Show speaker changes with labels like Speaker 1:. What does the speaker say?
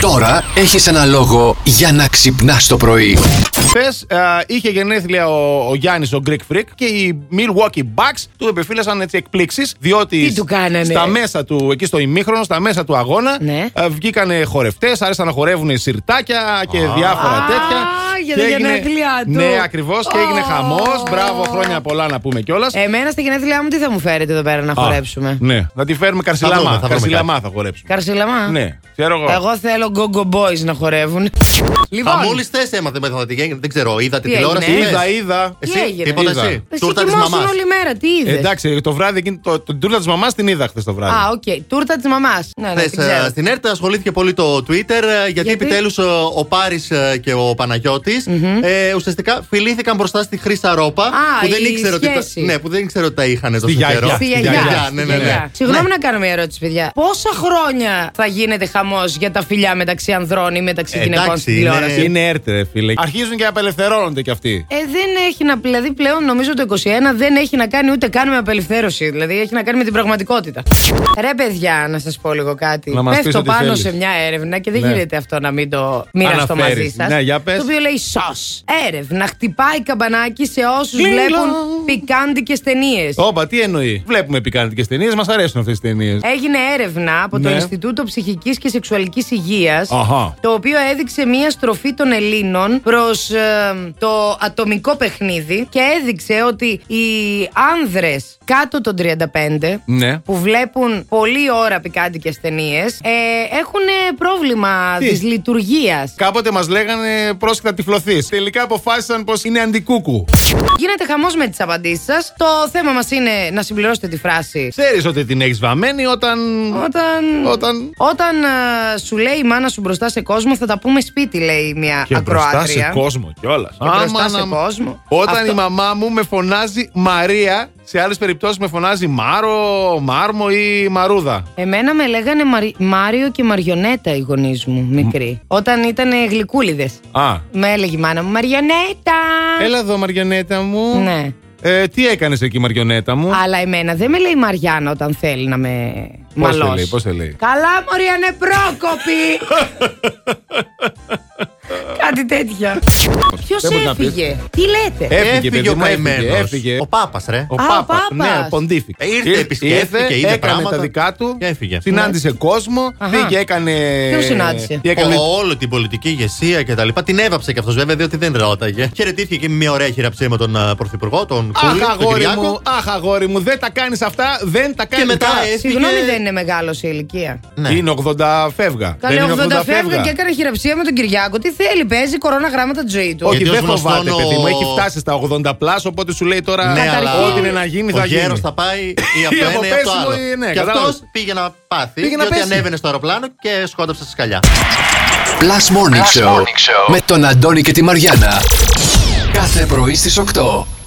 Speaker 1: Τώρα έχεις ένα λόγο για να ξυπνάς το πρωί.
Speaker 2: Χθες είχε γενέθλια ο, ο Γιάννης, ο Greek Freak, και οι Milwaukee Bucks του επιφύλασαν έτσι εκπλήξεις, διότι
Speaker 3: Τι του κάνανε?
Speaker 2: στα μέσα του, εκεί στο ημίχρονο, στα μέσα του αγώνα,
Speaker 3: Ναι.
Speaker 2: α, βγήκανε χορευτές, άρεσαν να χορεύουν σιρτάκια και διάφορα
Speaker 3: Α,
Speaker 2: τέτοια.
Speaker 3: για
Speaker 2: Και
Speaker 3: τα
Speaker 2: έγινε-
Speaker 3: γενέθλιά του.
Speaker 2: Ναι, ακριβώς και έγινε
Speaker 3: Ω.
Speaker 2: χαμός. Μπράβο, χρόνια πολλά να πούμε κιόλας.
Speaker 3: Εμένα στη γενέθλιά μου τι θα μου φέρετε εδώ πέρα να χορέψουμε.
Speaker 2: Ναι, να τη φέρουμε
Speaker 4: Θα βρούμε,
Speaker 2: καρσιλαμά.
Speaker 4: θα βρούμε
Speaker 2: Καρσιλαμά θα χορέψουμε.
Speaker 3: Καρσιλαμά.
Speaker 2: Ναι, ξέρω εγώ.
Speaker 3: Εγώ θέλω go-go boys να χορεύουν. Λοιπόν,
Speaker 4: Μόλις θες έμαθε με το τι γίνεται, δεν ξέρω. Είδατε
Speaker 3: Τι
Speaker 4: τηλεόραση.
Speaker 3: έγινε?
Speaker 4: χθες?
Speaker 2: Είδα, είδα.
Speaker 3: Τι έγινε?
Speaker 4: Εσύ, τίποτα
Speaker 2: Είδα.
Speaker 4: εσύ.
Speaker 3: εσύ
Speaker 4: Τούρτα τη
Speaker 3: κοιμόσουν
Speaker 4: μαμάς.
Speaker 3: όλη μέρα, τι είδες.
Speaker 2: Εντάξει, το βράδυ εκείνη, το, το, την τούρτα της μαμάς την είδα χθες το βράδυ.
Speaker 3: Α, οκ. Τούρτα της μαμάς. Ναι, ναι, την
Speaker 4: Χθε
Speaker 3: ξέρω.
Speaker 4: ε, στην ΕΡΤ ασχολήθηκε πολύ το Twitter, ε, γιατί,
Speaker 3: Γιατί?
Speaker 4: επιτέλους επιτέλου ο Πάρης και ο παναγιωτη ε, ουσιαστικά φιλήθηκαν μπροστά στη Χρύσα Ρόπα. που, δεν
Speaker 3: η
Speaker 4: ήξερε ότι
Speaker 3: σχέση.
Speaker 4: τα, ναι, που δεν ήξερε ότι τα είχαν τόσο
Speaker 2: γιαγιά.
Speaker 4: καιρό.
Speaker 3: Στη
Speaker 2: Στη
Speaker 3: γιαγιά.
Speaker 2: γιαγιά,
Speaker 4: ναι,
Speaker 3: στη
Speaker 4: ναι, ναι.
Speaker 3: γιαγιά. Συγγνώμη
Speaker 4: Ναι.
Speaker 3: να κάνω μια ερώτηση, παιδιά. Πόσα χρόνια θα γίνεται χαμός για τα φιλιά μεταξύ ανδρών ή μεταξύ
Speaker 4: Ε,
Speaker 3: γυναικών
Speaker 4: εντάξει,
Speaker 3: στην
Speaker 4: είναι-
Speaker 3: τηλεόρασης.
Speaker 2: Και Ναι, είναι έρτε, ρε φίλε. Αρχίζουν και απελευθερώνονται κι αυτοί.
Speaker 3: Ε, δεν έχει να. Δηλαδή, πλέον νομίζω το 21 δεν έχει να κάνει ούτε καν με απελευθέρωση. Δηλαδή, έχει να κάνει με την πραγματικότητα. Ρε, παιδιά, να σας πω λίγο κάτι.
Speaker 2: Να μας πεις
Speaker 3: Πέφτω
Speaker 2: ό,τι
Speaker 3: πάνω
Speaker 2: θέλεις.
Speaker 3: σε μια έρευνα και δεν
Speaker 2: Ναι.
Speaker 3: γίνεται αυτό να μην το μοιραστώ
Speaker 2: Αναφέρεις.
Speaker 3: μαζί σας.
Speaker 2: Ναι, για πες.
Speaker 3: Το οποίο λέει σο. Έρευνα. Χτυπάει καμπανάκι σε όσους βλέπουν πικάντικες ταινίες.
Speaker 2: Όπα, τι εννοεί. Βλέπουμε επικάντικε ταινίες, μας αρέσουν αυτές τις ταινίες.
Speaker 3: Έγινε έρευνα από το
Speaker 2: Ναι.
Speaker 3: Ινστιτούτο Ψυχικής και Σεξουαλικής Υγείας,
Speaker 2: Αχα.
Speaker 3: το οποίο έδειξε μία στροφή των Ελλήνων προς το ατομικό παιχνίδι και έδειξε ότι οι άνδρες κάτω των 35
Speaker 2: Ναι.
Speaker 3: που βλέπουν πολλή ώρα πικάντικες ταινίες ε, έχουν πρόβλημα
Speaker 2: Τι?
Speaker 3: δυσλειτουργίας.
Speaker 2: Κάποτε μας λέγανε πρόσεχε να τυφλωθείς. Τελικά αποφάσισαν πως είναι αντικούκου.
Speaker 3: Γίνεται χαμός με τις απαντήσεις σας. Το θέμα μας είναι να συμπληρώσετε τη φράση
Speaker 2: Ξέρεις ότι την έχεις βαμμένη όταν.
Speaker 3: Όταν.
Speaker 2: Όταν-
Speaker 3: Όταν, α, σου λέει η μάνα σου μπροστά σε κόσμο, θα τα πούμε σπίτι, λέει μια
Speaker 2: Και μπροστά
Speaker 3: ακροάτρια.
Speaker 2: σε κόσμο κιόλας.
Speaker 3: μπροστά σε κόσμο.
Speaker 2: Όταν
Speaker 3: Αυτό-
Speaker 2: η μαμά μου με φωνάζει Μαρία, σε άλλες περιπτώσεις με φωνάζει Μάρο, Μάρμο ή Μαρούδα.
Speaker 3: Εμένα με λέγανε Μαρι- Μάριο και Μαριονέτα οι γονείς μου, μικροί. Όταν ήταν γλυκούλιδες.
Speaker 2: Α.
Speaker 3: Με έλεγε η μάνα μου Μαριονέτα!
Speaker 2: Έλα εδώ, Μαριονέτα μου.
Speaker 3: Ναι.
Speaker 2: Ε, τι έκανες εκεί, Μαριονέτα μου.
Speaker 3: Αλλά εμένα δεν με λέει Μαριάννα όταν θέλει να με
Speaker 2: Πώς
Speaker 3: μαλώσει.
Speaker 2: σε λέει, πώς σε λέει.
Speaker 3: Καλά, Μωρία, Νεπρόκοπη! Κάτι τέτοια.
Speaker 2: Δεν
Speaker 3: Ποιο
Speaker 2: μπορείς να πεις. Ε,
Speaker 3: έφυγε, τι λέτε.
Speaker 2: Έφυγε,
Speaker 4: Έφυγε
Speaker 2: παιδί
Speaker 4: ο
Speaker 2: μου, έφυγε.
Speaker 4: καημένος.
Speaker 2: έφυγε.
Speaker 4: Ο Πάπας, ρε.
Speaker 2: Ο
Speaker 3: Α, ο
Speaker 2: Πάπας.
Speaker 3: Πάπας.
Speaker 2: Ναι, ποντίφηκε.
Speaker 4: Ε, ήρθε, επισκέφθηκε,
Speaker 2: ήρθε,
Speaker 4: είδε
Speaker 2: έκανε
Speaker 4: πράγματα.
Speaker 2: τα δικά του.
Speaker 4: Και έφυγε.
Speaker 2: Συνάντησε κόσμο.
Speaker 3: Ναι. Αχα.
Speaker 2: Πήγε, έκανε.
Speaker 3: Ποιον συνάντησε?
Speaker 2: Τι έκανε.
Speaker 4: Ο- όλη την πολιτική ηγεσία και τα λοιπά. Την έβαψε κι αυτός βέβαια, διότι δεν ρώταγε. Χαιρετήθηκε και με μια ωραία χειραψία με τον α, Πρωθυπουργό, τον Κούλη,
Speaker 2: Αχ,
Speaker 4: τον
Speaker 2: αγόρι
Speaker 4: Κυριάκο.
Speaker 2: μου, αχ, αγόρι μου, δεν τα κάνεις αυτά, δεν τα κάνει.
Speaker 4: Και μετά έφυγε.
Speaker 3: Συγγνώμη, δεν είναι μεγάλος σε ηλικία.
Speaker 4: Ναι.
Speaker 2: Είναι 80 φεύγα.
Speaker 3: Καλέ
Speaker 2: Δεν είναι
Speaker 3: 80 φεύγα και έκανε χειραψία με τον Κυριάκο. Τι θέλει, παίζει κορώνα γράμματα τη ζωή του.
Speaker 2: Όχι,
Speaker 4: Γιατί
Speaker 2: δεν
Speaker 4: ως γνωστόν
Speaker 2: φοβάται,
Speaker 4: ο-
Speaker 2: παιδί μου. Έχει φτάσει στα 80 πλάσ, οπότε σου λέει τώρα.
Speaker 4: Ναι, αλλά
Speaker 2: Ό,τι είναι να γίνει,
Speaker 4: ο
Speaker 2: θα γίνει.
Speaker 4: γέρος θα πάει ή αυτό
Speaker 2: από
Speaker 4: ένα ή από το
Speaker 2: πέσιμο
Speaker 4: άλλο.
Speaker 2: ή- ναι,
Speaker 4: και
Speaker 2: κατάλαβες.
Speaker 4: αυτός πήγε να πάθει.
Speaker 2: Πήγε να
Speaker 4: διότι
Speaker 2: πέσει.
Speaker 4: ανέβαινε στο αεροπλάνο και σκόνταψε στη σκαλιά.
Speaker 1: Plus Morning, Show, με τον Αντώνη και τη Μαριάνα. Κάθε πρωί στις 8.